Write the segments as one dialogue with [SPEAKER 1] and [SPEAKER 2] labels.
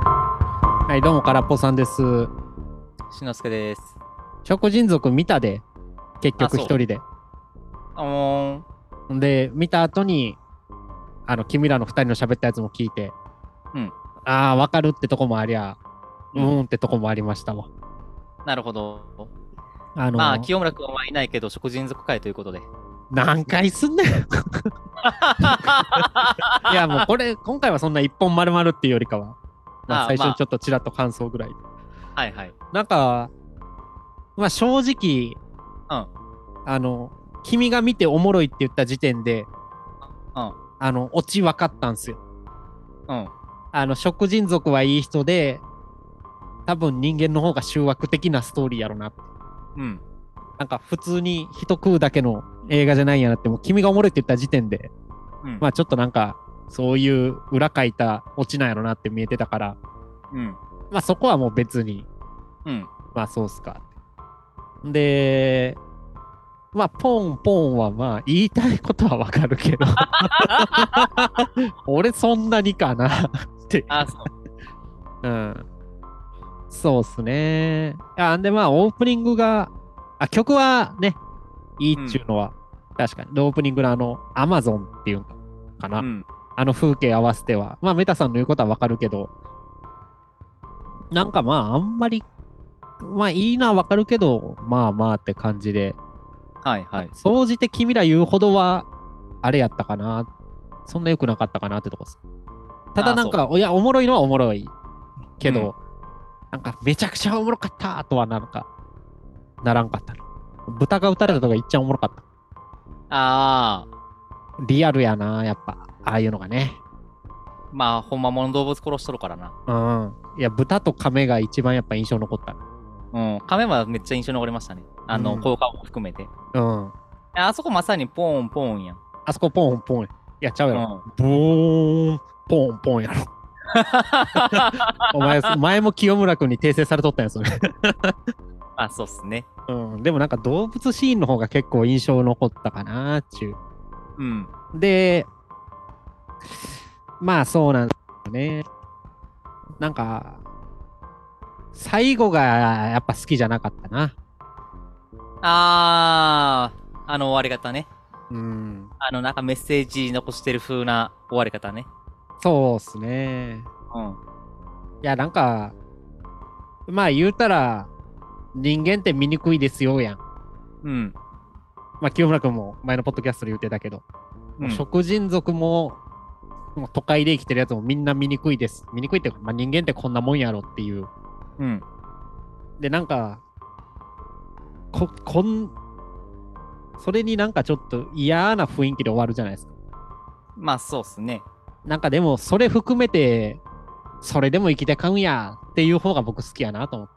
[SPEAKER 1] はい、どうも、からっぽさんです。
[SPEAKER 2] しのすけです。
[SPEAKER 1] 食人族見たで、結
[SPEAKER 2] あそ
[SPEAKER 1] 局
[SPEAKER 2] う
[SPEAKER 1] 一人で。
[SPEAKER 2] あもん。
[SPEAKER 1] で、見た後に、あの、君らの二人の喋ったやつも聞いて、
[SPEAKER 2] うん。
[SPEAKER 1] ああ、わかるってとこもありゃ、う
[SPEAKER 2] うん
[SPEAKER 1] んってとこもありましたわ。
[SPEAKER 2] なるほど。
[SPEAKER 1] あのー、
[SPEAKER 2] まあ、清村君はいないけど、食人族会ということで。
[SPEAKER 1] 何回すん ねん。いや、もうこれ、今回はそんな一本丸々っていうよりかは、まあ、
[SPEAKER 2] あー
[SPEAKER 1] 最初
[SPEAKER 2] ま
[SPEAKER 1] に
[SPEAKER 2] あ
[SPEAKER 1] ちょっとちらっと感想ぐらいで。
[SPEAKER 2] はいはい。
[SPEAKER 1] なんか、まあ、正直、
[SPEAKER 2] うん
[SPEAKER 1] あの、君が見ておもろいって言った時点で、
[SPEAKER 2] うん
[SPEAKER 1] あの、オチ分かったんすよ。
[SPEAKER 2] うん。
[SPEAKER 1] あの、食人族はいい人で、多分人間の方が醜悪的なストーリーやろなって。
[SPEAKER 2] うん。
[SPEAKER 1] なんか普通に人食うだけの映画じゃないんやなって、もう君がおもろいって言った時点で、
[SPEAKER 2] うん。
[SPEAKER 1] まあちょっとなんか、そういう裏書いたオチなんやろなって見えてたから、
[SPEAKER 2] うん。
[SPEAKER 1] まあそこはもう別に
[SPEAKER 2] うん。
[SPEAKER 1] まあそうっすかって。で、まあポンポンはまあ言いたいことはわかるけど、俺そんなにかなって。
[SPEAKER 2] あ、そ
[SPEAKER 1] う
[SPEAKER 2] う。
[SPEAKER 1] ん。そうっすね。あんでまあオープニングが、あ、曲はね、いいっちゅうのは、確かに。で、オープニングのあの、アマゾンっていうのかな。
[SPEAKER 2] うん。
[SPEAKER 1] あの風景合わせては。まあ、メタさんの言うことはわかるけど、なんかまあ、あんまり、まあ、いいのはわかるけど、まあまあって感じで、
[SPEAKER 2] はいはい。
[SPEAKER 1] 総じて君ら言うほどは、あれやったかな。そんな良くなかったかなってとこです。ただなん
[SPEAKER 2] あ
[SPEAKER 1] か、いや、おもろいのはおもろいけど、なんか、めちゃくちゃおもろかったとはなんか、ならんかったな。豚が撃たれたとかいっちゃおもろかった。
[SPEAKER 2] あ
[SPEAKER 1] リアルやな、やっぱ、ああいうのがね。
[SPEAKER 2] あ。まあ、ほんまもの動物殺しとるからな。
[SPEAKER 1] うん。いや、豚と亀が一番やっぱ印象残った。
[SPEAKER 2] うん。亀はめっちゃ印象に残りましたね。あの、
[SPEAKER 1] うん
[SPEAKER 2] 効果も含めて。
[SPEAKER 1] うん。
[SPEAKER 2] あそこまさにポーンポーンやん。
[SPEAKER 1] あそこポンポン。いや、ちゃう
[SPEAKER 2] う
[SPEAKER 1] やろ。
[SPEAKER 2] ん。
[SPEAKER 1] ブーン、ポンポンや ろ。お前、前も清村君に訂正されとったんやそれ。
[SPEAKER 2] あ、そうっすね。
[SPEAKER 1] うん。でもなんか動物シーンの方が結構印象残ったかなっちゅ
[SPEAKER 2] うん。
[SPEAKER 1] う。で、まあそうなんですよね。なんか、最後がやっぱ好きじゃなかったな。
[SPEAKER 2] ああ。あの終わり方ね。
[SPEAKER 1] うん。
[SPEAKER 2] あの、なんかメッセージ残してる風な終わり方ね。
[SPEAKER 1] そうっすね。
[SPEAKER 2] うん。
[SPEAKER 1] いや、なんか、まあ言うたら、人間って醜いですよやん。
[SPEAKER 2] うん。
[SPEAKER 1] まあ清村君も前のポッドキャストで言ってたけど、
[SPEAKER 2] うん
[SPEAKER 1] 食人族も、もう都会で生きてるやつもみんな醜いです。醜いっていうか、まあ、人間ってこんなもんやろっていう。
[SPEAKER 2] うん。
[SPEAKER 1] で、なんか、こ、こん、それになんかちょっと嫌な雰囲気で終わるじゃないですか。
[SPEAKER 2] まあ、そうっすね。
[SPEAKER 1] なんかでも、それ含めて、それでも生きてかんやっていう方が僕好きやなと思って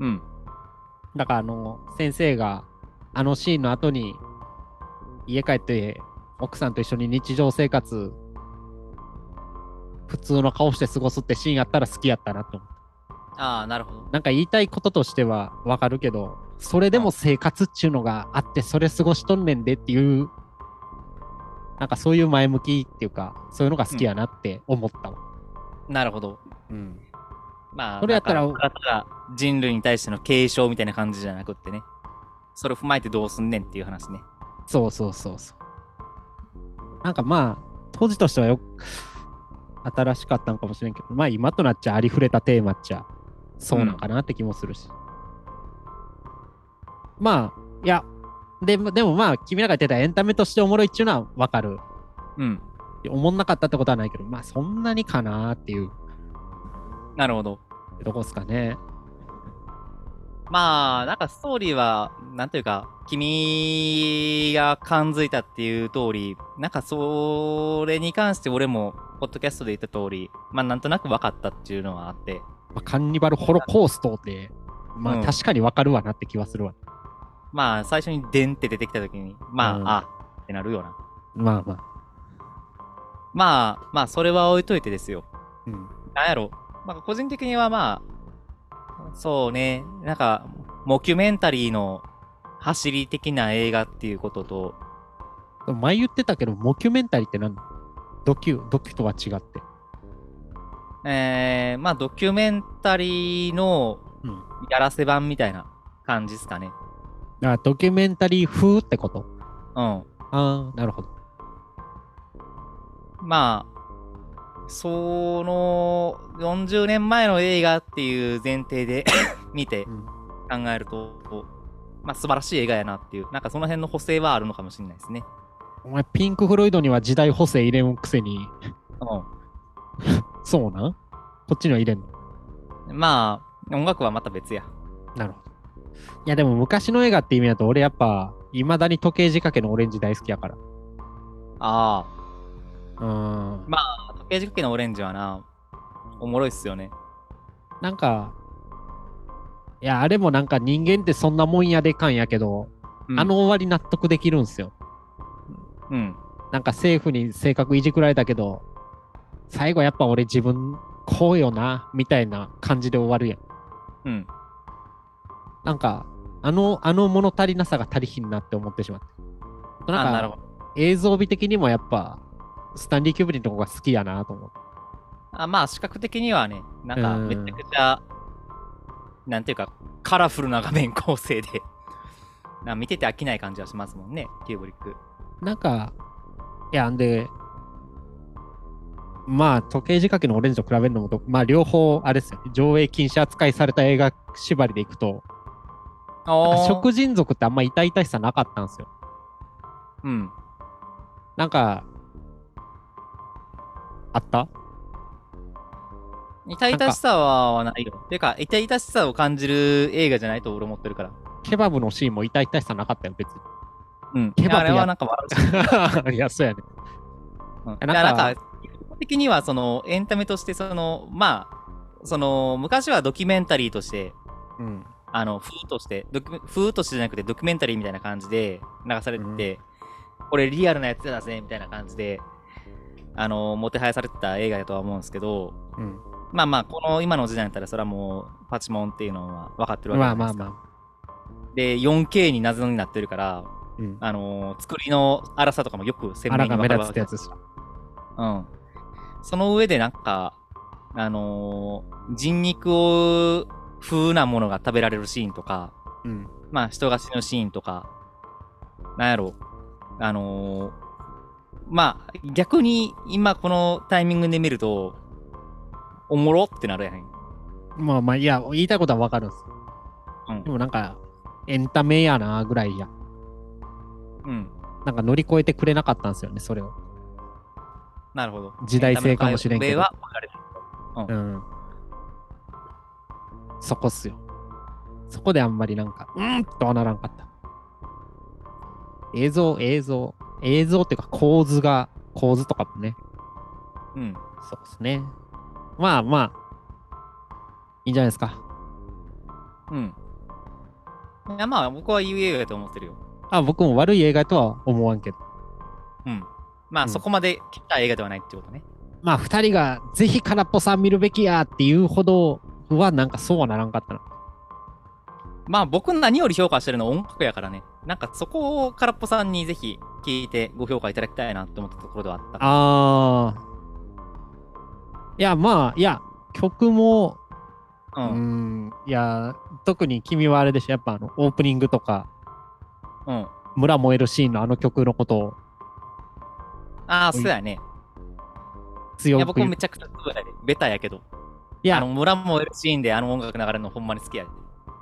[SPEAKER 2] うん。
[SPEAKER 1] だからあの先生があのシーンの後に家帰って奥さんと一緒に日常生活普通の顔して過ごすってシーンやったら好きやったなと思う
[SPEAKER 2] ああ、なるほど。
[SPEAKER 1] なんか言いたいこととしてはわかるけどそれでも生活っちゅうのがあってそれ過ごしとんねんでっていうなんかそういう前向きっていうかそういうのが好きやなって思ったわ、
[SPEAKER 2] なるほど。
[SPEAKER 1] うん
[SPEAKER 2] まあ、
[SPEAKER 1] それやったら
[SPEAKER 2] なんかただただ人類に対しての警鐘みたいな感じじゃなくってね。それを踏まえてどうすんねんっていう話ね。
[SPEAKER 1] そうそうそうそう。なんかまあ、当時としてはよく新しかったのかもしれんけど、まあ今となっちゃありふれたテーマっちゃ、そうなんかなって気もするし。まあ、いや、でもでもまあ、君らが言ってたエンタメとしておもろいっちゅうのはわかる。
[SPEAKER 2] うん。
[SPEAKER 1] おもんなかったってことはないけど、まあそんなにかなっていう
[SPEAKER 2] なるほど。
[SPEAKER 1] とこですかね。
[SPEAKER 2] まあ、なんかストーリーは、なんというか、君が感づいたっていう通り、なんかそれに関して俺も、ポッドキャストで言った通り、まあなんとなく分かったっていうのはあって、
[SPEAKER 1] まあ、カンニバルホロコーストって、ま
[SPEAKER 2] う
[SPEAKER 1] あ
[SPEAKER 2] ん
[SPEAKER 1] 確かにわかるわなって気はするわ。
[SPEAKER 2] まあ最初にデンって出てきた時に、まあ、
[SPEAKER 1] うん
[SPEAKER 2] あってなるような。
[SPEAKER 1] まあまあ。
[SPEAKER 2] まあ、まあそれは置いといてですよ。
[SPEAKER 1] うん。
[SPEAKER 2] なんやろ、まあ、個人的にはまあ、そうね、なんか、モキュメンタリーの走り的な映画っていうことと、
[SPEAKER 1] 前言ってたけど、モキュメンタリーって何ドキュ、ドキュとは違って。
[SPEAKER 2] ええーまあドキュメンタリーの
[SPEAKER 1] うん
[SPEAKER 2] やらせ版みたいな感じですかね。
[SPEAKER 1] だからドキュメンタリー風ってこと
[SPEAKER 2] うん。
[SPEAKER 1] ああ、なるほど。
[SPEAKER 2] まあ、その40年前の映画っていう前提で 見て
[SPEAKER 1] うん
[SPEAKER 2] 考えると、まあ素晴らしい映画やなっていう、なんかその辺の補正はあるのかもしれないですね。
[SPEAKER 1] お前、ピンク・フロイドには時代補正入れんくせに、
[SPEAKER 2] う
[SPEAKER 1] そうなんこっちには入れんの
[SPEAKER 2] ん。まあ、音楽はまた別や。
[SPEAKER 1] なるほど。いや、でも昔の映画って意味だと、俺やっぱ、いまだに時計仕掛けのオレンジ大好きやから。
[SPEAKER 2] あ
[SPEAKER 1] うーん。
[SPEAKER 2] まあ、時計仕掛けのオレンジはな、おもろいっすよね。
[SPEAKER 1] なんか、いや、あれもなんか人間ってそんなもんやでかんやけど、
[SPEAKER 2] うん
[SPEAKER 1] あ、の終わり納得できるんすよ。
[SPEAKER 2] うん。
[SPEAKER 1] なんか政府に性格いじくられたけど、最後やっぱ俺自分、こうよな、みたいな感じで終わるやん。
[SPEAKER 2] うん。
[SPEAKER 1] なんか、あの、あの物足りなさが足りひんなって思ってしまって。
[SPEAKER 2] あ
[SPEAKER 1] な
[SPEAKER 2] なる
[SPEAKER 1] ん
[SPEAKER 2] ほ
[SPEAKER 1] か、映像美的にもやっぱ、スタンリー・キューブリンのとこが好きやなと思って。
[SPEAKER 2] あまあ視覚的にはねなんか
[SPEAKER 1] うん
[SPEAKER 2] めちゃくちゃなんていうかカラフルな画面構成で な見てて飽きない感じはしますもんねキューブリック
[SPEAKER 1] なんか、いや、んで、まあ、時計仕掛けのオレンジと比べるのもど、まあ、両方、あれですよ、ね、上映禁止扱いされた映画縛りでいくと、なんか
[SPEAKER 2] あ
[SPEAKER 1] 食人族ってあんま痛々しさなかったんですよ。
[SPEAKER 2] うん
[SPEAKER 1] なんか、あった
[SPEAKER 2] 痛々しさははないよていうか痛々しさを感じる映画じゃないと俺思ってるから
[SPEAKER 1] ケバブのシーンも痛々しさなかったよ、別に。
[SPEAKER 2] うん
[SPEAKER 1] ケバブや
[SPEAKER 2] あれはなんか笑う し、
[SPEAKER 1] いや、そうやね。
[SPEAKER 2] うん、
[SPEAKER 1] か
[SPEAKER 2] いやなんか基本的にはそのエンタメとしてそのまあその昔はドキュメンタリーとして
[SPEAKER 1] うん。
[SPEAKER 2] あの、風として、ドキュメ風としてじゃなくてドキュメンタリーみたいな感じで流されてて、これリアルなやつだぜ、みたいな感じで、あの、もてはやされてた映画だとは思うんですけど、
[SPEAKER 1] うん。
[SPEAKER 2] まあまあ、この今の時代だったら、それはもう、パチモンっていうのは分かってるわけじ
[SPEAKER 1] ま
[SPEAKER 2] ゃ
[SPEAKER 1] あま
[SPEAKER 2] ないで
[SPEAKER 1] あ
[SPEAKER 2] すか。
[SPEAKER 1] ま
[SPEAKER 2] で、4K に謎になってるから、
[SPEAKER 1] あ。うん。
[SPEAKER 2] あの、作りの荒さとかもよく鮮
[SPEAKER 1] あ
[SPEAKER 2] 明
[SPEAKER 1] ら
[SPEAKER 2] に
[SPEAKER 1] が
[SPEAKER 2] 分
[SPEAKER 1] 目
[SPEAKER 2] かるわ
[SPEAKER 1] 立つってや
[SPEAKER 2] け
[SPEAKER 1] つですよ。
[SPEAKER 2] うん。その上でなんか、あのー人肉を風なものが食べられるシーンとか、
[SPEAKER 1] うん。
[SPEAKER 2] まあ、人が死ぬシーンとか、なんやろう、あのーまあ、逆に今このタイミングで見ると、おもろってなるやん。
[SPEAKER 1] まあまあ、いや、言いたいことはわかるんです。
[SPEAKER 2] うん
[SPEAKER 1] でもなんか、エンタメやなぐらいや。
[SPEAKER 2] うん。
[SPEAKER 1] なんか乗り越えてくれなかったんですよね、それを。
[SPEAKER 2] なるほど。
[SPEAKER 1] 時代性かもしれんけど
[SPEAKER 2] エンタメの壁は分かれてる
[SPEAKER 1] うん。そこっすよ。そこであんまりなんか、うーんとはならんかった。映像、映像、映像っていうか構図が、構図とかもね。
[SPEAKER 2] うん。
[SPEAKER 1] そうですね。まあまあ、いいんじゃないですか。
[SPEAKER 2] うん。いや、まあ、僕はいい映画だと思ってるよ。
[SPEAKER 1] あ、僕も悪い映画とは思わんけど。
[SPEAKER 2] うん。まあ、
[SPEAKER 1] うん
[SPEAKER 2] そこまで来た映画ではないってことね。
[SPEAKER 1] まあ、二人がぜひ空っぽさん見るべきやっていうほどは、なんかそうはならんかったな。
[SPEAKER 2] まあ、僕何より評価してるのは音楽やからね。なんか、そこを空っぽさんにぜひ聞いてご評価いただきたいなって思ったところではあった。
[SPEAKER 1] あー。いや、まあ、いや、曲も、
[SPEAKER 2] う。
[SPEAKER 1] うんん、いや、特に君はあれでしょ、やっぱあの、オープニングとか、
[SPEAKER 2] うん。
[SPEAKER 1] 村燃えるシーンのあの曲のことを
[SPEAKER 2] ああ、
[SPEAKER 1] おい
[SPEAKER 2] そうやね。い
[SPEAKER 1] 強
[SPEAKER 2] や、
[SPEAKER 1] く
[SPEAKER 2] 僕も
[SPEAKER 1] 言う
[SPEAKER 2] めちゃくちゃそうやで。ベタやけど。
[SPEAKER 1] いや
[SPEAKER 2] あの、村もるシーンであの音楽流れるのほんまに好きやで。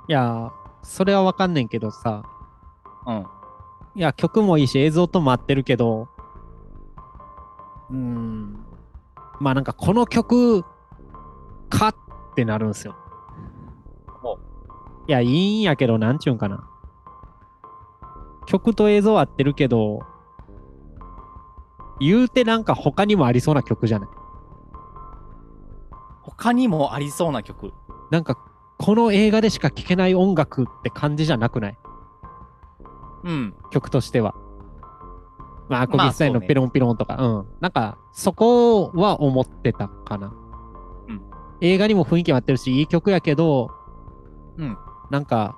[SPEAKER 1] いや、それはわかんねんけどさ、
[SPEAKER 2] うん。
[SPEAKER 1] いや、曲もいいし、映像とも合ってるけど、うーん、まあなんかこの曲かってなるんすよ
[SPEAKER 2] お。
[SPEAKER 1] いや、いいんやけど、なんちゅうんかな。曲と映像合ってるけど、言うてなんか他にもありそうな曲じゃない
[SPEAKER 2] 他にもありそうな曲。
[SPEAKER 1] なんか、この映画でしか聴けない音楽って感じじゃなくない
[SPEAKER 2] うん。
[SPEAKER 1] 曲としては。まあ、アコ
[SPEAKER 2] まあ
[SPEAKER 1] ギスタイルの
[SPEAKER 2] そうね
[SPEAKER 1] ペロンペロンとか、うん。なんか、そこは思ってたかな。
[SPEAKER 2] うん
[SPEAKER 1] 映画にも雰囲気も合ってるし、いい曲やけど、
[SPEAKER 2] うん。
[SPEAKER 1] なんか、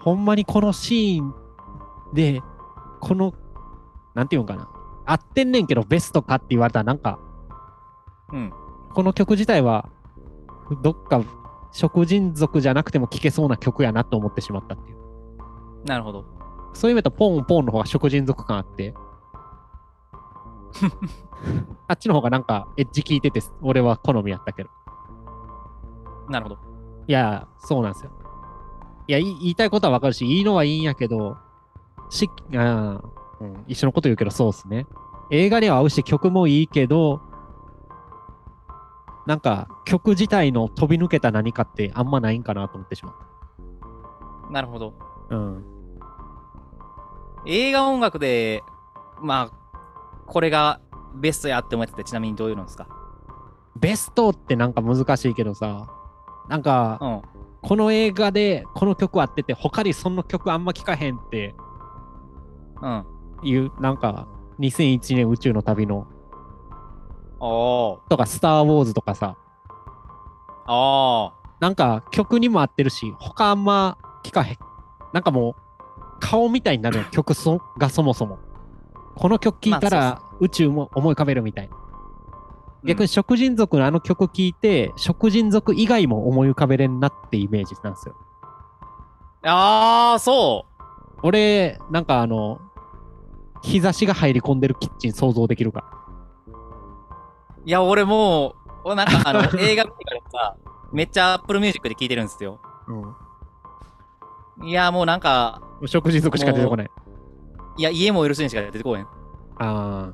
[SPEAKER 1] ほんまにこのシーンで、この、なんていうんかな。合ってんねんけど、ベストかって言われたら、なんか、
[SPEAKER 2] うん。
[SPEAKER 1] この曲自体はどっか食人族じゃなくても聴けそうな曲やなと思ってしまったっていう。
[SPEAKER 2] なるほど。
[SPEAKER 1] そういう意味だと、ポンポンの方が食人族感あ って。あっちの方がなんかエッジ効いてて、俺は好みやったけど。
[SPEAKER 2] なるほど。
[SPEAKER 1] いや、そうなんですよ。いや、い言いたいことはわかるし、いいのはいいんやけど、し、あーうん、一緒のこと言うけど、そうっすね。映画には合うし、曲もいいけど、なんか、曲自体の飛び抜けた何かってあんまないんかなと思ってしまっ
[SPEAKER 2] なるほど。
[SPEAKER 1] た。うん。
[SPEAKER 2] 映画音楽で、まあ、これがベストやって思ってて、ちなみにどういうのですか
[SPEAKER 1] ベストってなんか難しいけどさ、なんか、
[SPEAKER 2] うん。
[SPEAKER 1] この映画でこの曲あってて、他にその曲あんま聴かへんって
[SPEAKER 2] うん。
[SPEAKER 1] いう、なんか、2001年宇宙の旅の、
[SPEAKER 2] おー。
[SPEAKER 1] とか、スター・ウォーズとかさ、
[SPEAKER 2] おー。
[SPEAKER 1] なんか曲にも合ってるし、他あんま聞かへん。なんかもう、顔みたいになるよ曲そがそもそも。この曲聴いた
[SPEAKER 2] ま
[SPEAKER 1] ら宇宙も思い浮かべるみたいな。
[SPEAKER 2] うん
[SPEAKER 1] 逆に食人族のあの曲聴いて、食人族以外も思い浮かべれんなってイメージなんですよ。
[SPEAKER 2] あー、そう。
[SPEAKER 1] 俺、なんかあの、日差しが入り込んでるキッチン想像できるから。
[SPEAKER 2] いや、俺もう、おなんか あの、映画見てからさ、めっちゃ Apple Music で聴いてるんですよ。いや、もうなんか、
[SPEAKER 1] 食人族しか出てこない。
[SPEAKER 2] いや、家燃えるシーンしか出てこへん。
[SPEAKER 1] ああ。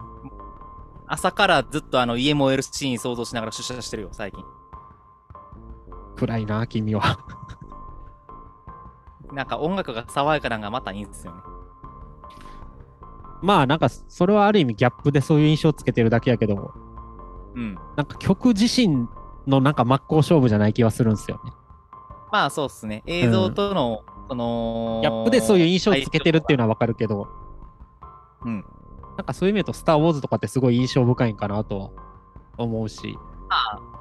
[SPEAKER 2] 朝からずっとあの、家燃えるシーン想像しながら出社してるよ、最近。
[SPEAKER 1] 暗いな、君は。
[SPEAKER 2] なんか音楽が爽やかなんがまたいいんですよね。
[SPEAKER 1] まあなんか、それはある意味ギャップでそういう印象つけてるだけやけども。
[SPEAKER 2] うん。
[SPEAKER 1] なんか曲自身のなんか真っ向勝負じゃない気はするんですよね。
[SPEAKER 2] まあそうっすね。映像との、その、
[SPEAKER 1] ギャップでそういう印象をつけてるっていう
[SPEAKER 2] の
[SPEAKER 1] のはわかるけど、
[SPEAKER 2] うん。
[SPEAKER 1] なんかそういう意味だと、スター・ウォーズとかってすごい印象深いんかなとは思うし、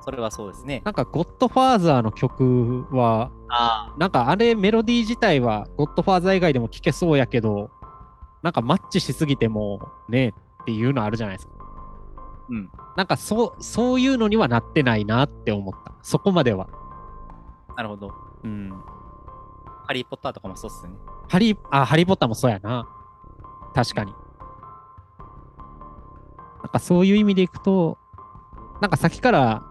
[SPEAKER 2] それはそうですね。
[SPEAKER 1] なんかゴッドファーザーの曲は、
[SPEAKER 2] あ
[SPEAKER 1] なんかあれメロディー自体はゴッドファーザー以外でも聴けそうやけど、なんかマッチしすぎてもねっていうのあるじゃないですか。
[SPEAKER 2] あ、うん。
[SPEAKER 1] なんかそう、そういうのにはなってないなって思った。そこまでは。
[SPEAKER 2] なるほど。
[SPEAKER 1] うん。
[SPEAKER 2] ハリー・ポッターとかもそうっすね。
[SPEAKER 1] ハリー、あ、ハリーポッターもそうやな。確かに。なんかそういう意味でいくと、なんか先から、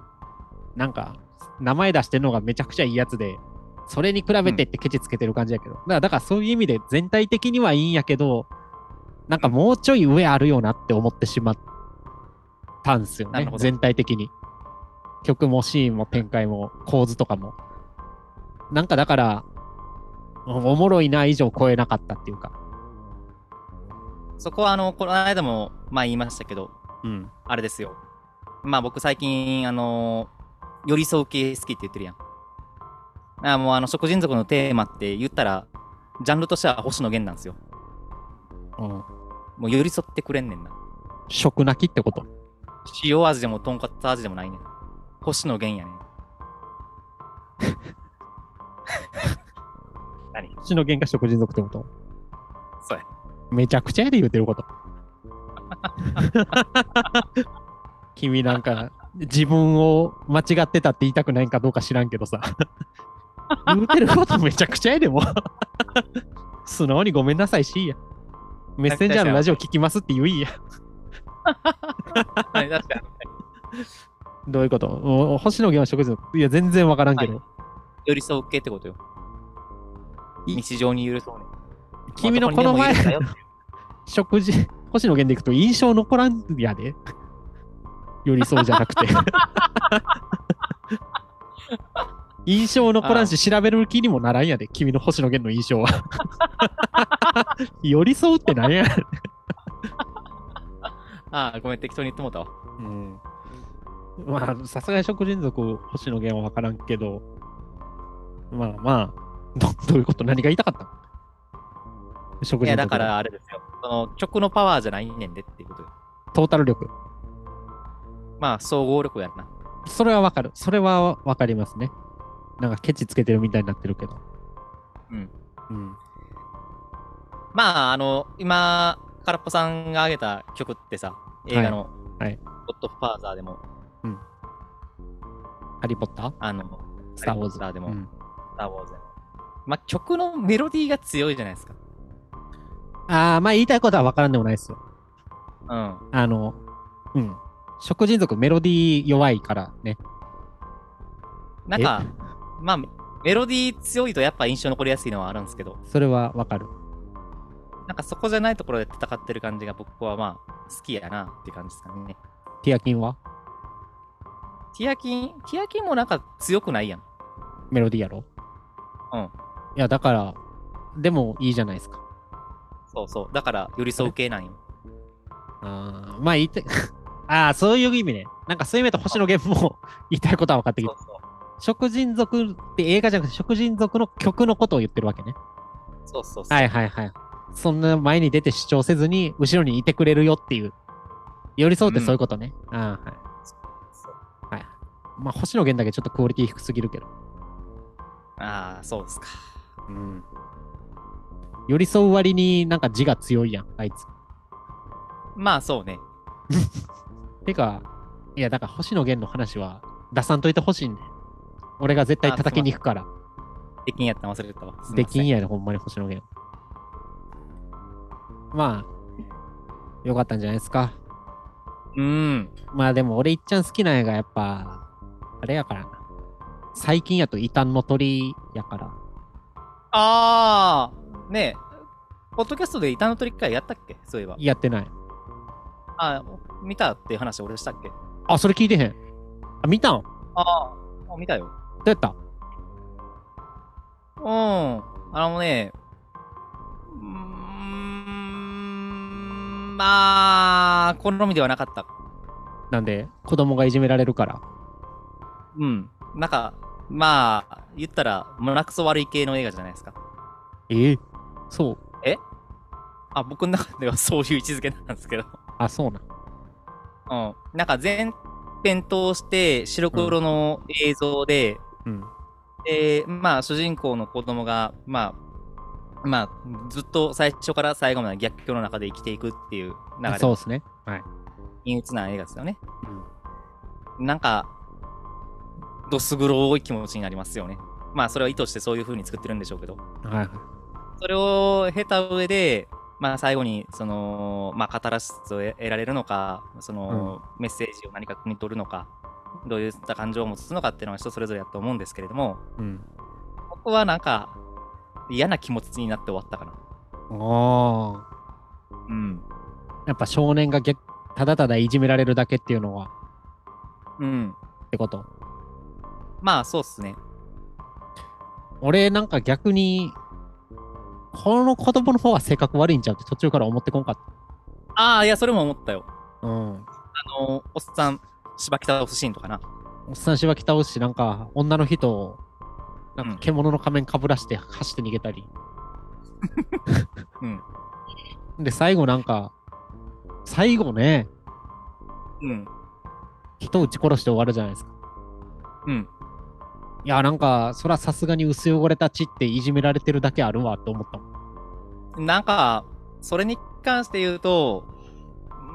[SPEAKER 1] なんか、名前出してるのがめちゃくちゃいいやつで、それに比べてってケチつけてる感じやけど、だからだからそういう意味で全体的にはいいんやけど、なんかもうちょい上あるよなって思ってしまったんすよ
[SPEAKER 2] なる
[SPEAKER 1] ね
[SPEAKER 2] ほ、ど
[SPEAKER 1] 全体的に。曲もシーンも展開も構図とかも。なんかだから、おもろいな以上超えなかったっていうか。
[SPEAKER 2] そこはあの、この間も、まあ言いましたけど、
[SPEAKER 1] うん。
[SPEAKER 2] あれですよ。まあ僕最近、あのー寄り添う系好きって言ってるやん。あもうあの、食人族のテーマって言ったら、ジャンルとしては星野源なんですよ。
[SPEAKER 1] うん、
[SPEAKER 2] もう寄り添ってくれんねんな。
[SPEAKER 1] 食なきってこと。
[SPEAKER 2] 塩味でもとんかつ味でもないねん。星野源やねん。
[SPEAKER 1] 死の原価食人族ってこと
[SPEAKER 2] そうや。
[SPEAKER 1] めちゃくちゃやで言うてること。君なんか、自分を間違ってたって言いたくないんかどうか知らんけどさ。言うてることめちゃくちゃやでもう。素直にごめんなさいしいや。メッセンジャーのラジオ聞きますって言ういや。
[SPEAKER 2] はい確かに。
[SPEAKER 1] どういうことおお星野源は食人族。いや、全然わからんけど。
[SPEAKER 2] 寄り添う系ってことよ。
[SPEAKER 1] い
[SPEAKER 2] 日常に寄り添うねん。
[SPEAKER 1] 君の
[SPEAKER 2] ま
[SPEAKER 1] こ
[SPEAKER 2] あど
[SPEAKER 1] の
[SPEAKER 2] こに
[SPEAKER 1] 前
[SPEAKER 2] でも寄り添うよ
[SPEAKER 1] 食事、星野源でいくと印象残らんやで。寄り添うじゃなく て。印象残らんし、調べる気にもならんやで、君の星野源の印象は。 寄り添うってなんや。
[SPEAKER 2] ああ、ごめん、適当に言ってもうたわ。
[SPEAKER 1] うん、まあ、さすがに食人族、星野源はわからんけど、まあまあ、どどういうこと何が言いたかったの食人
[SPEAKER 2] い
[SPEAKER 1] 族
[SPEAKER 2] や、だか、らあれですよ。その、曲のパワーじゃないねんでっていうことよ。
[SPEAKER 1] トータル力。
[SPEAKER 2] まあ、総合力やな。
[SPEAKER 1] それはわかる。それはわかりますね。なんかケチつけてるみたいになってるけど。
[SPEAKER 2] うん。
[SPEAKER 1] うん。
[SPEAKER 2] まあ、あの、今、空っぽさんが挙げた曲ってさ、映画
[SPEAKER 1] は
[SPEAKER 2] の、
[SPEAKER 1] いはい
[SPEAKER 2] ゴッドファーザーでも、
[SPEAKER 1] うんハリー・ポッター
[SPEAKER 2] あの、
[SPEAKER 1] スター・ウォーズ。
[SPEAKER 2] ハリーポッターでも、
[SPEAKER 1] うん
[SPEAKER 2] スター・ウォーズでも。まあ、曲のメロディーが強いじゃないですか。
[SPEAKER 1] ああ、まあ言いたいことは分からんでもないですよ。
[SPEAKER 2] うん。
[SPEAKER 1] あの、うん。食人族メロディー弱いからね。
[SPEAKER 2] なんか、まあ、メロディー強いとやっぱ印象残りやすいのはあるんですけど、
[SPEAKER 1] それは分かる。
[SPEAKER 2] なんかそこじゃないところで戦ってる感じが僕はまあ、好きやなっていう感じですかね。
[SPEAKER 1] ティアキンは
[SPEAKER 2] ティアキン、ティアキンもなんか強くないやん。
[SPEAKER 1] メロディーやろ
[SPEAKER 2] うん
[SPEAKER 1] いや、だから、でもいいじゃないですか。
[SPEAKER 2] そうそう。だから、寄り添う系なんよ。
[SPEAKER 1] ああ、まあ言いたい。 ああ、そういう意味ね。なんかそういう意味だと星野源も 言いたいことは分かってき
[SPEAKER 2] そ
[SPEAKER 1] た
[SPEAKER 2] う。そう
[SPEAKER 1] 食人族って映画じゃなくて食人族の曲のことを言ってるわけね。
[SPEAKER 2] そうそうそう。
[SPEAKER 1] はいはいはい。そんな前に出て主張せずに、後ろにいてくれるよっていう。寄り添うってそういうことね。ああ、はい。
[SPEAKER 2] そう
[SPEAKER 1] まあ、星野源だけちょっとクオリティ低すぎるけど。
[SPEAKER 2] ああ、そうですか。
[SPEAKER 1] うん。寄り添う割になんか字が強いやん、あいつ。
[SPEAKER 2] まあ、そうね。
[SPEAKER 1] てか、いや、だから星野源の話は出さんといてほしいんで。俺が絶対叩きに行くから。
[SPEAKER 2] できんやったの忘れてたわ。すいません
[SPEAKER 1] できんやで、ほんまに星野源。まあ、よかったんじゃないですか。
[SPEAKER 2] うん。
[SPEAKER 1] まあでも俺いっちゃん好きな映画やっぱ、あれやからな。最近やと異端の鳥やから。
[SPEAKER 2] ああ、ねえ、ポッドキャストで板の取り会やったっけそういえば。
[SPEAKER 1] やってない。
[SPEAKER 2] あー見たっていう話俺したっけ
[SPEAKER 1] あ、それ聞いてへん。あ、見たんど
[SPEAKER 2] ああ、見たよ。
[SPEAKER 1] うやった
[SPEAKER 2] うん。あのね、うーん、まあ、好みではなかった。
[SPEAKER 1] なんで、子供がいじめられるから。
[SPEAKER 2] うん。なんか、まあ、言ったら、胸くそ悪い系の映画じゃないですか。
[SPEAKER 1] ええそう。
[SPEAKER 2] あ、僕の中ではそういう位置づけなんですけど。
[SPEAKER 1] あ、そうな。
[SPEAKER 2] うん。なんか、前編通して、白黒の映像で、
[SPEAKER 1] うん。
[SPEAKER 2] で、まあ、主人公の子供が、まあ、まあ、ずっと最初から最後まで逆境の中で生きていくっていう流れ
[SPEAKER 1] そうですね。はい。
[SPEAKER 2] 陰鬱な映画ですよね。なんか、どす黒い気持ちになりますよね。まあ、それは意図してそういう風に作ってるんでしょうけど。
[SPEAKER 1] はいはい。
[SPEAKER 2] それを経た上で、まあ、最後に、その、まあ、カタラシスを得られるのか、その、メッセージを何か汲み取るのか、どういった感情を持つのかっていうのは人それぞれだと思うんですけれども、
[SPEAKER 1] うん。
[SPEAKER 2] 僕はなんか嫌な気持ちになって終わったかな。
[SPEAKER 1] ああ。
[SPEAKER 2] うん。
[SPEAKER 1] やっぱ少年が逆ただただいじめられるだけっていうのは、
[SPEAKER 2] うん。
[SPEAKER 1] ってこと。
[SPEAKER 2] まあそうっすね。
[SPEAKER 1] 俺なんか逆に、この子供の方は性格悪いんちゃうって途中から思ってこんかっ
[SPEAKER 2] ああ、いや、それも思ったよ。
[SPEAKER 1] た。うん。
[SPEAKER 2] あのおっさん、柴北お寿司んとかな。
[SPEAKER 1] おっさんしばき倒すし、なんか女の人を、なん
[SPEAKER 2] う
[SPEAKER 1] か
[SPEAKER 2] ん
[SPEAKER 1] 獣の仮面かぶらして走って逃げたり。
[SPEAKER 2] うん。
[SPEAKER 1] で、最後なんか、最後ね、
[SPEAKER 2] うん。
[SPEAKER 1] 人を撃ち殺して終わるじゃないですか。
[SPEAKER 2] うん。
[SPEAKER 1] いや、なんか、そらさすがに薄汚れた血っていじめられてるだけあるわって思ったもん。
[SPEAKER 2] なんか、それに関して言うと、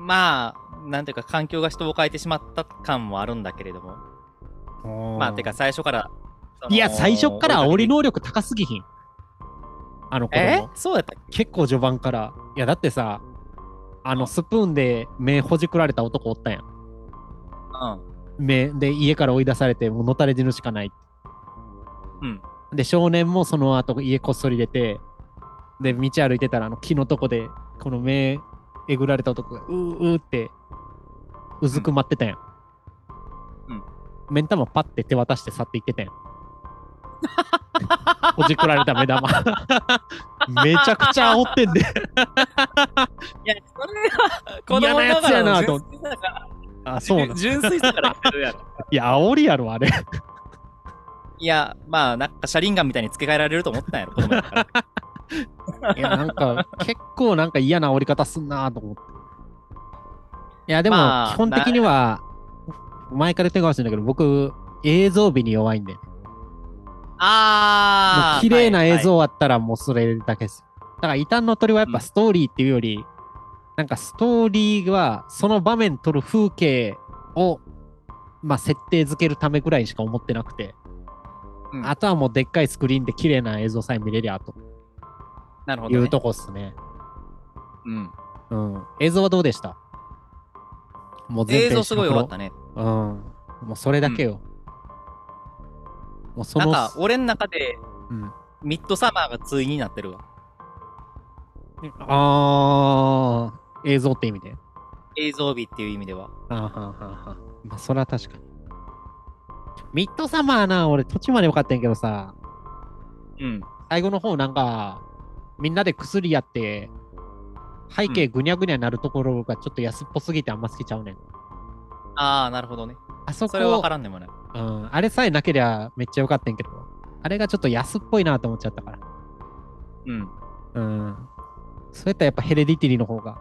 [SPEAKER 2] まあ、なんていうか、環境が人を変えてしまった感もあるんだけれども。まあ、てか、、最初から。その
[SPEAKER 1] いや、最初から煽り。能力高すぎひん。あの子
[SPEAKER 2] え
[SPEAKER 1] 供。
[SPEAKER 2] そうやったっけ
[SPEAKER 1] 結構序盤から。いや、だってさ、あの、スプーンで目ほじくられた男おったやん。
[SPEAKER 2] うん。
[SPEAKER 1] 目で家から追い出されて、もうのたれ死ぬしかない。
[SPEAKER 2] うん。
[SPEAKER 1] で、少年もその後家こっそり出て、で、道歩いてたら、あの木のとこで、この目えぐられた男が、うーうーって、うずくまってたやん。
[SPEAKER 2] うん。
[SPEAKER 1] 目ん玉パッて手渡して去っていってたやん。 ほじくられた目玉。 めちゃくちゃ煽ってん で。
[SPEAKER 2] いや、それは、子
[SPEAKER 1] 嫌
[SPEAKER 2] 供
[SPEAKER 1] なや
[SPEAKER 2] な
[SPEAKER 1] つやなと
[SPEAKER 2] 思って。
[SPEAKER 1] あ、そうなん。い
[SPEAKER 2] 純粋さから言ってるやろ。
[SPEAKER 1] や、煽りやろ、あれ。
[SPEAKER 2] いや、まあ、なんか、車輪ガンみたいに付け替えられると思ったんや ろ、子供だから。
[SPEAKER 1] いや、なんか、結構なんか嫌な煽り方すんなと思って。いや、でも、
[SPEAKER 2] まあ
[SPEAKER 1] 基本的には、前から言ってるかもしれないけど、僕、映像美に弱いんで、も
[SPEAKER 2] あ
[SPEAKER 1] う
[SPEAKER 2] ー
[SPEAKER 1] 綺麗な映
[SPEAKER 2] はい
[SPEAKER 1] 像あったらもうそれだけです。だから、異端の鳥はやっぱストーリーっていうより、なんかストーリーは、その場面撮る風景をまあ、設定づけるためぐらいしか思ってなくて、
[SPEAKER 2] うん
[SPEAKER 1] あとはもうでっかいスクリーンで綺麗な映像さえ見れりゃと
[SPEAKER 2] なるほ
[SPEAKER 1] い
[SPEAKER 2] ど、ね。
[SPEAKER 1] うとこっすね。
[SPEAKER 2] うん。
[SPEAKER 1] うん。映像はどうでしたもう全編
[SPEAKER 2] 映像すごい良かった
[SPEAKER 1] ね。
[SPEAKER 2] ね。
[SPEAKER 1] うん。もうそれだけよ。もうそ
[SPEAKER 2] な
[SPEAKER 1] の
[SPEAKER 2] んか、俺の中で
[SPEAKER 1] うん、
[SPEAKER 2] ミッドサマーが対になってるわ。
[SPEAKER 1] あー、映像って意味で。
[SPEAKER 2] 映像美っていう意味では。
[SPEAKER 1] あーはーはーはーまあ、それは確かに。ミッドサマーな、俺途中まで良かったんやけどさ、
[SPEAKER 2] うん。
[SPEAKER 1] 最後の方なんか、みんなで薬やって、背景ぐにゃぐにゃなるところがちょっと安っぽすぎてあんま好きちゃうねん。
[SPEAKER 2] ああ、なるほどね。
[SPEAKER 1] あそこ
[SPEAKER 2] それは分からんでもない。
[SPEAKER 1] うん、あれさえなけりゃめっちゃ良かったんやけど、あれがちょっと安っぽいなと思っちゃったから。
[SPEAKER 2] うん。
[SPEAKER 1] うん。そうやったらやっぱヘレディティリの方が、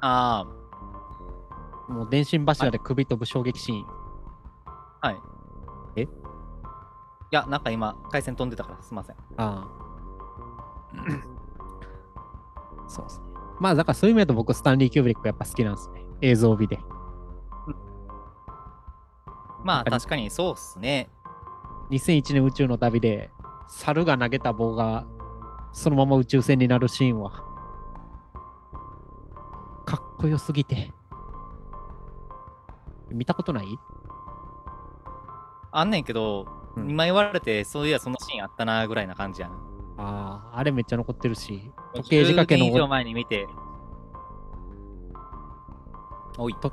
[SPEAKER 2] あ
[SPEAKER 1] もう電信柱で首飛ぶ衝撃シーン。
[SPEAKER 2] あ、はい。
[SPEAKER 1] え
[SPEAKER 2] いや、なんか今、回線飛んでたから、すいません。
[SPEAKER 1] ああ。そうですね。まあだからそういう意味だと僕、スタンリー・キューブリックやっぱ好きなんですね。映像美で。
[SPEAKER 2] ま
[SPEAKER 1] わ
[SPEAKER 2] あ、
[SPEAKER 1] かり
[SPEAKER 2] 確かにそうっすね。
[SPEAKER 1] 2001年宇宙の旅で、猿が投げた棒がそのまま宇宙船になるシーンは、かっこよすぎて。見たことない
[SPEAKER 2] あんねんけど、
[SPEAKER 1] うん
[SPEAKER 2] 今言われて、そういや、そのシーンあったな、ぐらいな感じやな。
[SPEAKER 1] ああ、あれめっちゃ残ってるし、時計仕掛け
[SPEAKER 2] 10年以上
[SPEAKER 1] の、
[SPEAKER 2] 前に見て。おい。
[SPEAKER 1] 時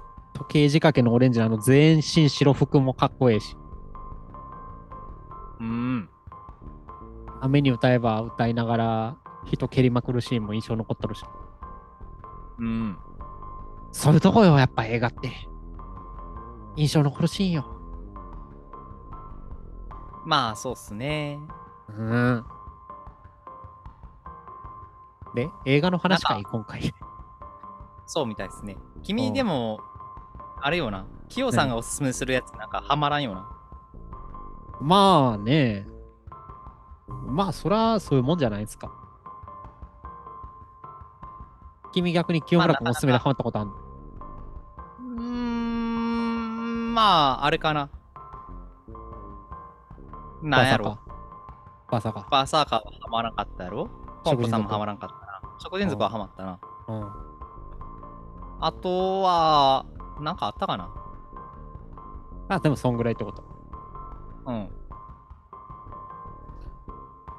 [SPEAKER 1] 計仕掛けのオレンジのあの全身白服もかっこええし、
[SPEAKER 2] うん。
[SPEAKER 1] 雨に歌えば歌いながら人蹴りまくるシーンも印象残っとるし、
[SPEAKER 2] うん。
[SPEAKER 1] そういうとこよ、やっぱ映画って。印象残るシーンよ。
[SPEAKER 2] まあ、そうっすね。
[SPEAKER 1] うん。で、映画の話かい、今回。
[SPEAKER 2] そうみたいですね。
[SPEAKER 1] う
[SPEAKER 2] 君
[SPEAKER 1] ん
[SPEAKER 2] でも、あれよな。キヨさんがおすすめするやつなんかハマらんよな。
[SPEAKER 1] まあね、まあそらそういうもんじゃないですか。君逆に清村君おすすめでハマったことあるの
[SPEAKER 2] うーん、まあ、あれかな。なんやろ。
[SPEAKER 1] バーサーか。
[SPEAKER 2] バーサーカーはハマらなかったやろポンポさんもハマらなかったな。食人族はハマった
[SPEAKER 1] バ
[SPEAKER 2] な。
[SPEAKER 1] ーサーか
[SPEAKER 2] あとは、なんかあったかな
[SPEAKER 1] うん。あ、でもそんぐらいってこと。
[SPEAKER 2] うん。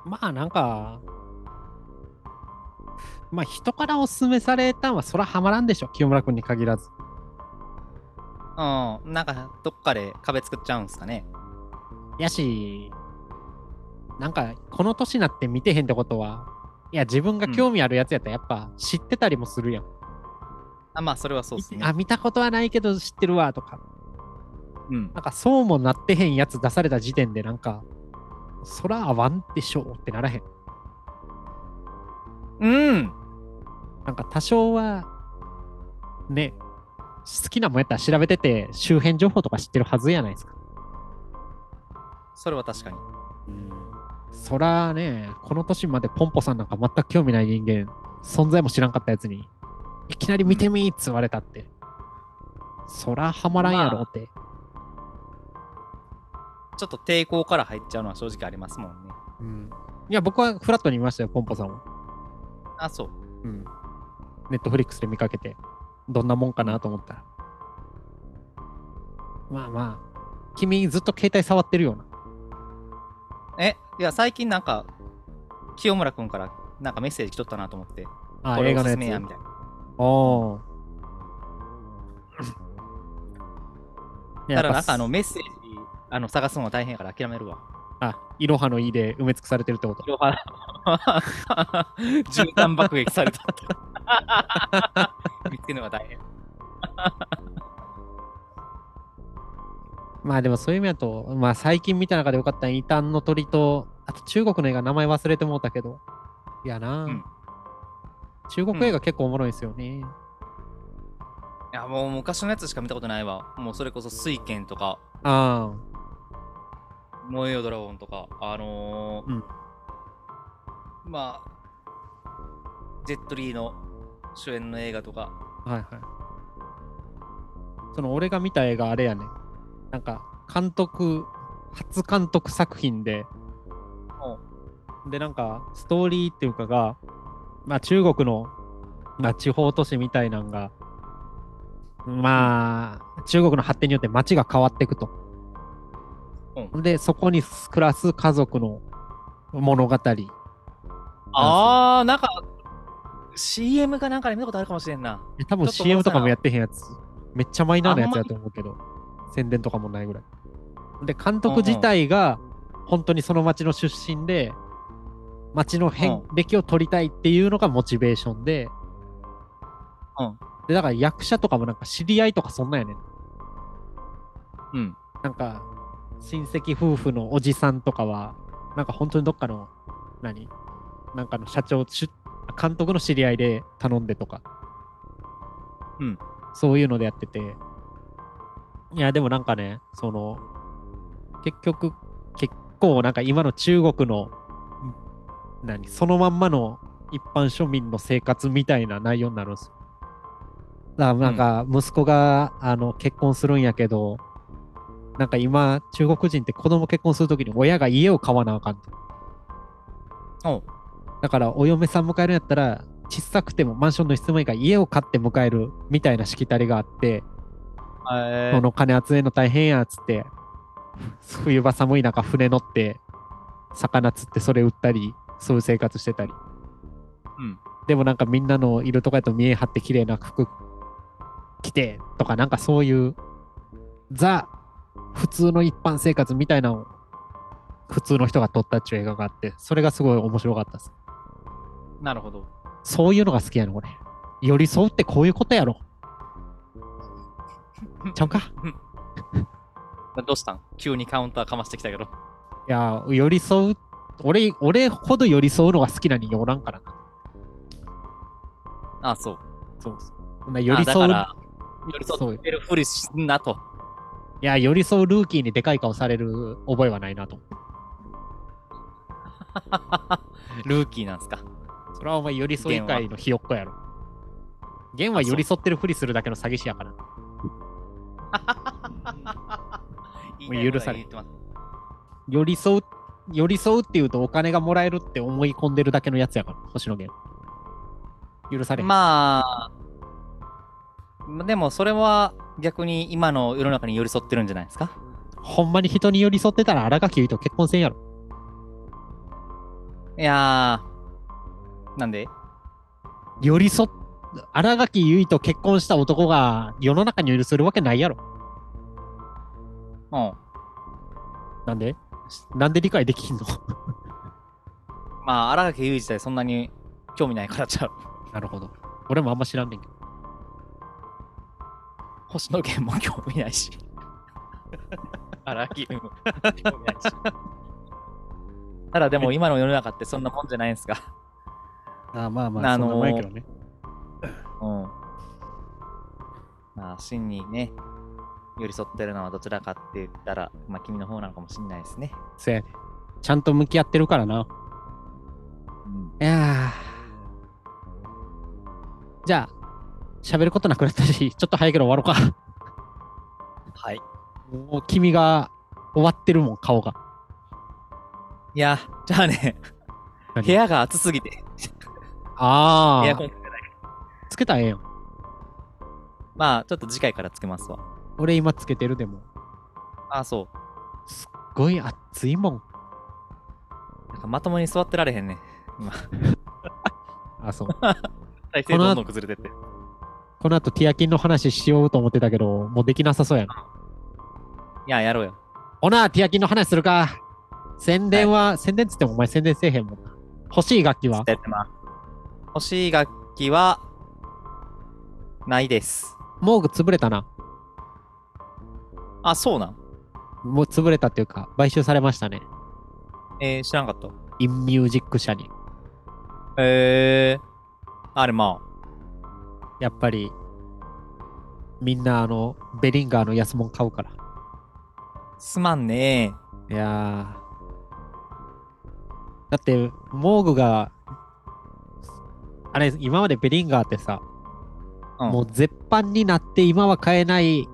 [SPEAKER 1] まあなんか、まあ人からおすすめされたんはそらハマらんでしょ。清村君に限らず。
[SPEAKER 2] うん。なんか、どっかで壁作っちゃうんすかね。
[SPEAKER 1] やし、なんかこの年になって見てへんってことは、いや自分が興味あるやつやったらやっぱ知ってたりもするやん。
[SPEAKER 2] あまあ、それはそうっすね。
[SPEAKER 1] あ、見たことはないけど知ってるわとか。
[SPEAKER 2] うん。
[SPEAKER 1] なんかそうもなってへんやつ出された時点でなんか、そら合わんでしょうってならへん。
[SPEAKER 2] うん。
[SPEAKER 1] なんか多少は、ね、好きなもんやったら調べてて、周辺情報とか知ってるはずやないですか。
[SPEAKER 2] それは確かに。
[SPEAKER 1] そらね、この年までポンポさんなんか全く興味ない人間、存在も知らんかったやつに、いきなり見てみーっつ言われたって。そらハマらんやろって。
[SPEAKER 2] ちょっと抵抗から入っちゃうのは正直ありますもんね。
[SPEAKER 1] うん。いや、僕はフラットに見ましたよ、ポンポさんを。
[SPEAKER 2] あ、そう。
[SPEAKER 1] うん。ネットフリックスで見かけて、どんなもんかなと思ったら。まあまあ、君ずっと携帯触ってるような。
[SPEAKER 2] え、いや、最近なんか、清村くんからなんかメッセージ来とったなと思って、
[SPEAKER 1] あ、
[SPEAKER 2] これ
[SPEAKER 1] 映
[SPEAKER 2] お
[SPEAKER 1] 画の
[SPEAKER 2] す
[SPEAKER 1] や
[SPEAKER 2] す
[SPEAKER 1] つ。
[SPEAKER 2] めや、みたいな。
[SPEAKER 1] おーいやや
[SPEAKER 2] た
[SPEAKER 1] っ
[SPEAKER 2] だ
[SPEAKER 1] ぱ
[SPEAKER 2] なんかあの、メッセージ、あの、探すのが大変やから諦めるわ。
[SPEAKER 1] あ、いろはのいで埋め尽くされてるってこと。
[SPEAKER 2] よは 絨毯爆撃されたって。見つけるのが大変。
[SPEAKER 1] まあでもそういう意味だと、まあ最近見た中でよかったのは異端の鳥と、あと中国の映画名前忘れてもうたけど、いやな、
[SPEAKER 2] うん
[SPEAKER 1] 中国映画結構おもろいんですよね。
[SPEAKER 2] いや、もう昔のやつしか見たことないわ。もうそれこそ水剣とか、
[SPEAKER 1] ああ、
[SPEAKER 2] 燃えよドラゴンとか、あのー
[SPEAKER 1] うん
[SPEAKER 2] まあ、ジェットリーの主演の映画とか、
[SPEAKER 1] はいはい。その俺が見た映画あれやね。なんか監督初監督作品ででなんかストーリーっていうかが、まあ、中国の、まあ、地方都市みたいなんがまあ中国の発展によって街が変わっていくと。でそこに暮らす家族の物語。
[SPEAKER 2] あー、なんか、CM かなんかで見たことあるかもしれんな。
[SPEAKER 1] え多分
[SPEAKER 2] ちょっと思い
[SPEAKER 1] CM
[SPEAKER 2] 出
[SPEAKER 1] とかもやってへんやつ。めっちゃマイナーなやつ
[SPEAKER 2] あんま
[SPEAKER 1] や
[SPEAKER 2] り
[SPEAKER 1] と思うけど、宣伝とかもないぐらい。で、監督自体が本当にその町の出身で、町の変
[SPEAKER 2] う
[SPEAKER 1] 歴を取りたいっていうのがモチベーションで、
[SPEAKER 2] うん
[SPEAKER 1] で、だから役者とかもなんか知り合いとかそんなんやねん。
[SPEAKER 2] うん。
[SPEAKER 1] なんか、親戚夫婦のおじさんとかは、なんか本当にどっかの、何なんかの社長、し監督の知り合いで頼んでとか。
[SPEAKER 2] うん。
[SPEAKER 1] そういうのでやってて。いや、でもなんかね、その、結局、結構なんか今の中国の、ん何そのまんまの一般庶民の生活みたいな内容になるんですよ。だからなんか息子が、あの結婚するんやけど、なんか今、中国人って子供結婚するときに親が家を買わなあかんと。
[SPEAKER 2] おう
[SPEAKER 1] だから、お嫁さん迎えるんやったら、小さくてもマンションの質問以外家を買って迎えるみたいなしきたりがあって、
[SPEAKER 2] え
[SPEAKER 1] その金集めんの大変やっつって、冬場寒い中船乗って、魚釣ってそれ売ったり、そういう生活してたり。
[SPEAKER 2] うん。
[SPEAKER 1] でもなんかみんなのいるとこやと見え張って綺麗な服着てとかなんかそういうザ普通の一般生活みたいなのを普通の人が撮ったっちゅう映画があってそれがすごい面白かったです
[SPEAKER 2] なるほど。
[SPEAKER 1] そういうのが好きやの俺寄り添うってこういうことやろちゃうか
[SPEAKER 2] どうしたん急にカウンターかましてきたけど。
[SPEAKER 1] い やー寄り添う俺俺ほど寄り添うのが好きな人間おらんからな
[SPEAKER 2] あ、そう。
[SPEAKER 1] そうっすそんな寄り
[SPEAKER 2] あ
[SPEAKER 1] 添う
[SPEAKER 2] だから、寄り添ってるふりしなと。
[SPEAKER 1] いや寄り添うルーキーにでかい顔される覚えはないなと
[SPEAKER 2] ルーキーなんすか。
[SPEAKER 1] それはお前寄り添い会のひよっこやろ。ゲンは
[SPEAKER 2] あそう
[SPEAKER 1] 寄り添ってるふりするだけの詐欺師やから。もう許されん
[SPEAKER 2] 言いたいことは言ってます
[SPEAKER 1] 寄り添う、寄り添うっていうとお金がもらえるって思い込んでるだけのやつやから、星野源。許されへん。
[SPEAKER 2] まあ、でもそれは逆に今の世の中に寄り添ってるんじゃないですか。
[SPEAKER 1] ほんまに人に寄り添ってたら荒垣結衣と結婚せんやろ。
[SPEAKER 2] いやー、なんで
[SPEAKER 1] 寄り添っ、荒垣結衣と結婚した男が世の中に寄り添えるわけないやろ。
[SPEAKER 2] うん。
[SPEAKER 1] なんでなんで理解できひんの
[SPEAKER 2] まあ、荒垣結衣自体そんなに興味ないからちゃう。
[SPEAKER 1] なるほど。俺もあんま知らんねんけど。
[SPEAKER 2] 星野源も興味ないし。荒木も興味ないし。ただでも今の世の中ってそんなもんじゃないんすか。
[SPEAKER 1] ああまあ
[SPEAKER 2] まあそんなもんやけ
[SPEAKER 1] どね。
[SPEAKER 2] うん。まあ、真にね、寄り添ってるのはどちらかって言ったら、まあ君の方なのかもしんないですね。
[SPEAKER 1] せやね。ちゃんと向き合ってるからな。
[SPEAKER 2] うん。
[SPEAKER 1] いやーじゃあ、喋ることなくなったし、ち ょっと早いけど終わろうか。
[SPEAKER 2] はい。
[SPEAKER 1] もう君が終わってるもん、顔が。
[SPEAKER 2] いや、じゃあね、
[SPEAKER 1] 何
[SPEAKER 2] 部屋が暑すぎて、
[SPEAKER 1] あ
[SPEAKER 2] エアコ
[SPEAKER 1] あ、
[SPEAKER 2] ンつけない。
[SPEAKER 1] つけたらええやん。
[SPEAKER 2] まあ、ちょっと次回からつけますわ。
[SPEAKER 1] 俺今つけてるでも。
[SPEAKER 2] あ、そ
[SPEAKER 1] すっごい熱いもん。
[SPEAKER 2] う。なんかまともに座ってられへんね。
[SPEAKER 1] あ、そう。
[SPEAKER 2] 体勢どんどん崩れてって。
[SPEAKER 1] この後、ティアキンの話しようと思ってたけど、もうできなさそうやな。
[SPEAKER 2] いや、やろうよ。
[SPEAKER 1] ほな、ティアキンの話するか。宣伝は、宣伝つってもお前宣伝せえへんもんな。欲しい楽器は
[SPEAKER 2] やってます。欲しい楽器は、ないです。
[SPEAKER 1] もう潰れたな。
[SPEAKER 2] あ、そうなん
[SPEAKER 1] もう潰れたっていうか、買収されましたね。
[SPEAKER 2] えー、知らんかった。
[SPEAKER 1] インミュージック社に。
[SPEAKER 2] えー、あれま
[SPEAKER 1] やっぱり、みんなあの、ベリンガーの安物買うから。
[SPEAKER 2] あ、すまんね
[SPEAKER 1] いやー。だって、モーグが、あれ、今までベリンガーってさ、
[SPEAKER 2] うん
[SPEAKER 1] もう絶版になって今は買えない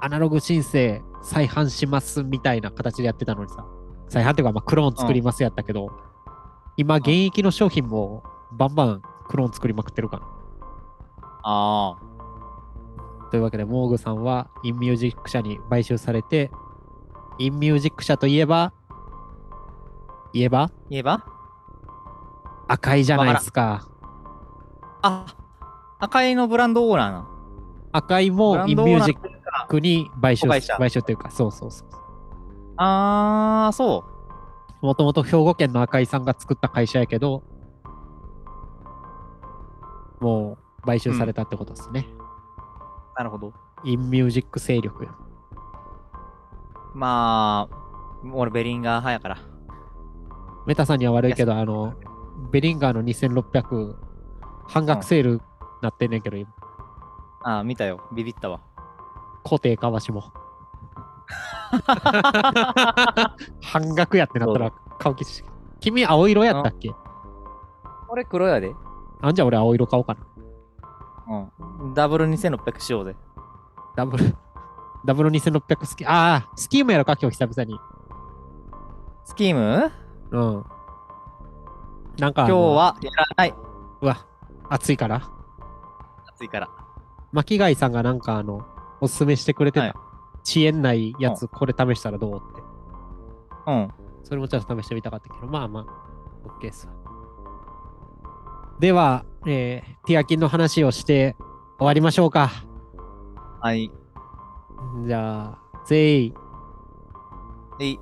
[SPEAKER 1] アナログ申請再販しますみたいな形でやってたのにさ、再販っていうか、まあ、クローン作りますやったけど、今、現役の商品もバンバンクローン作りまくってるか
[SPEAKER 2] あ
[SPEAKER 1] ら。というわけで、モーグさんはインミュージック社に買収されて、インミュージック社といえば、言えば
[SPEAKER 2] あ。言えば
[SPEAKER 1] 赤いじゃないですか。
[SPEAKER 2] あ、赤いのブランドオーナーな。
[SPEAKER 1] 赤い
[SPEAKER 2] ブラ
[SPEAKER 1] もイ
[SPEAKER 2] ン
[SPEAKER 1] ン
[SPEAKER 2] ドオ
[SPEAKER 1] ミュ
[SPEAKER 2] ー
[SPEAKER 1] ー
[SPEAKER 2] ナ
[SPEAKER 1] ジ
[SPEAKER 2] ー
[SPEAKER 1] ッ
[SPEAKER 2] というか
[SPEAKER 1] クに買収
[SPEAKER 2] 子会社
[SPEAKER 1] 買収っていうか、そうそうそう。
[SPEAKER 2] あー、そ
[SPEAKER 1] もともと兵庫県の赤井さんが作った会社やけど、もう買収されたってことですね。
[SPEAKER 2] う。なるほど。
[SPEAKER 1] インミュージック勢力よ。
[SPEAKER 2] まあ、俺ベリンガー派やから。
[SPEAKER 1] メタさんには悪いけど、あの、ベリンガーの2600、半額セールなってんねんけど、今
[SPEAKER 2] あー、見たよ。ビビったわ。
[SPEAKER 1] 固定かわしも。 半額やってなったら買う気し。君、青色やったっけ
[SPEAKER 2] 俺黒やで。
[SPEAKER 1] あんじゃ俺青色買おうかな。
[SPEAKER 2] うん。ダブル2600しようぜ。
[SPEAKER 1] ダブル、 ダブル2600スキー、ああ、スキームやろか、今日久々に。
[SPEAKER 2] スキーム
[SPEAKER 1] うん。なんか、
[SPEAKER 2] 今日はやらない。
[SPEAKER 1] あの、うわ、暑いから。
[SPEAKER 2] 暑いから。
[SPEAKER 1] 巻貝さんがなんか、あの、おすすめしてくれてた、
[SPEAKER 2] はい
[SPEAKER 1] 遅延ないやつ、これ試したらどうって。
[SPEAKER 2] うん。
[SPEAKER 1] それもちょっと試してみたかったけど、まあまあ、OK ですわ。では、えー、ティアキンの話をして終わりましょうか。
[SPEAKER 2] はい。
[SPEAKER 1] じゃあ、全員、
[SPEAKER 2] いい。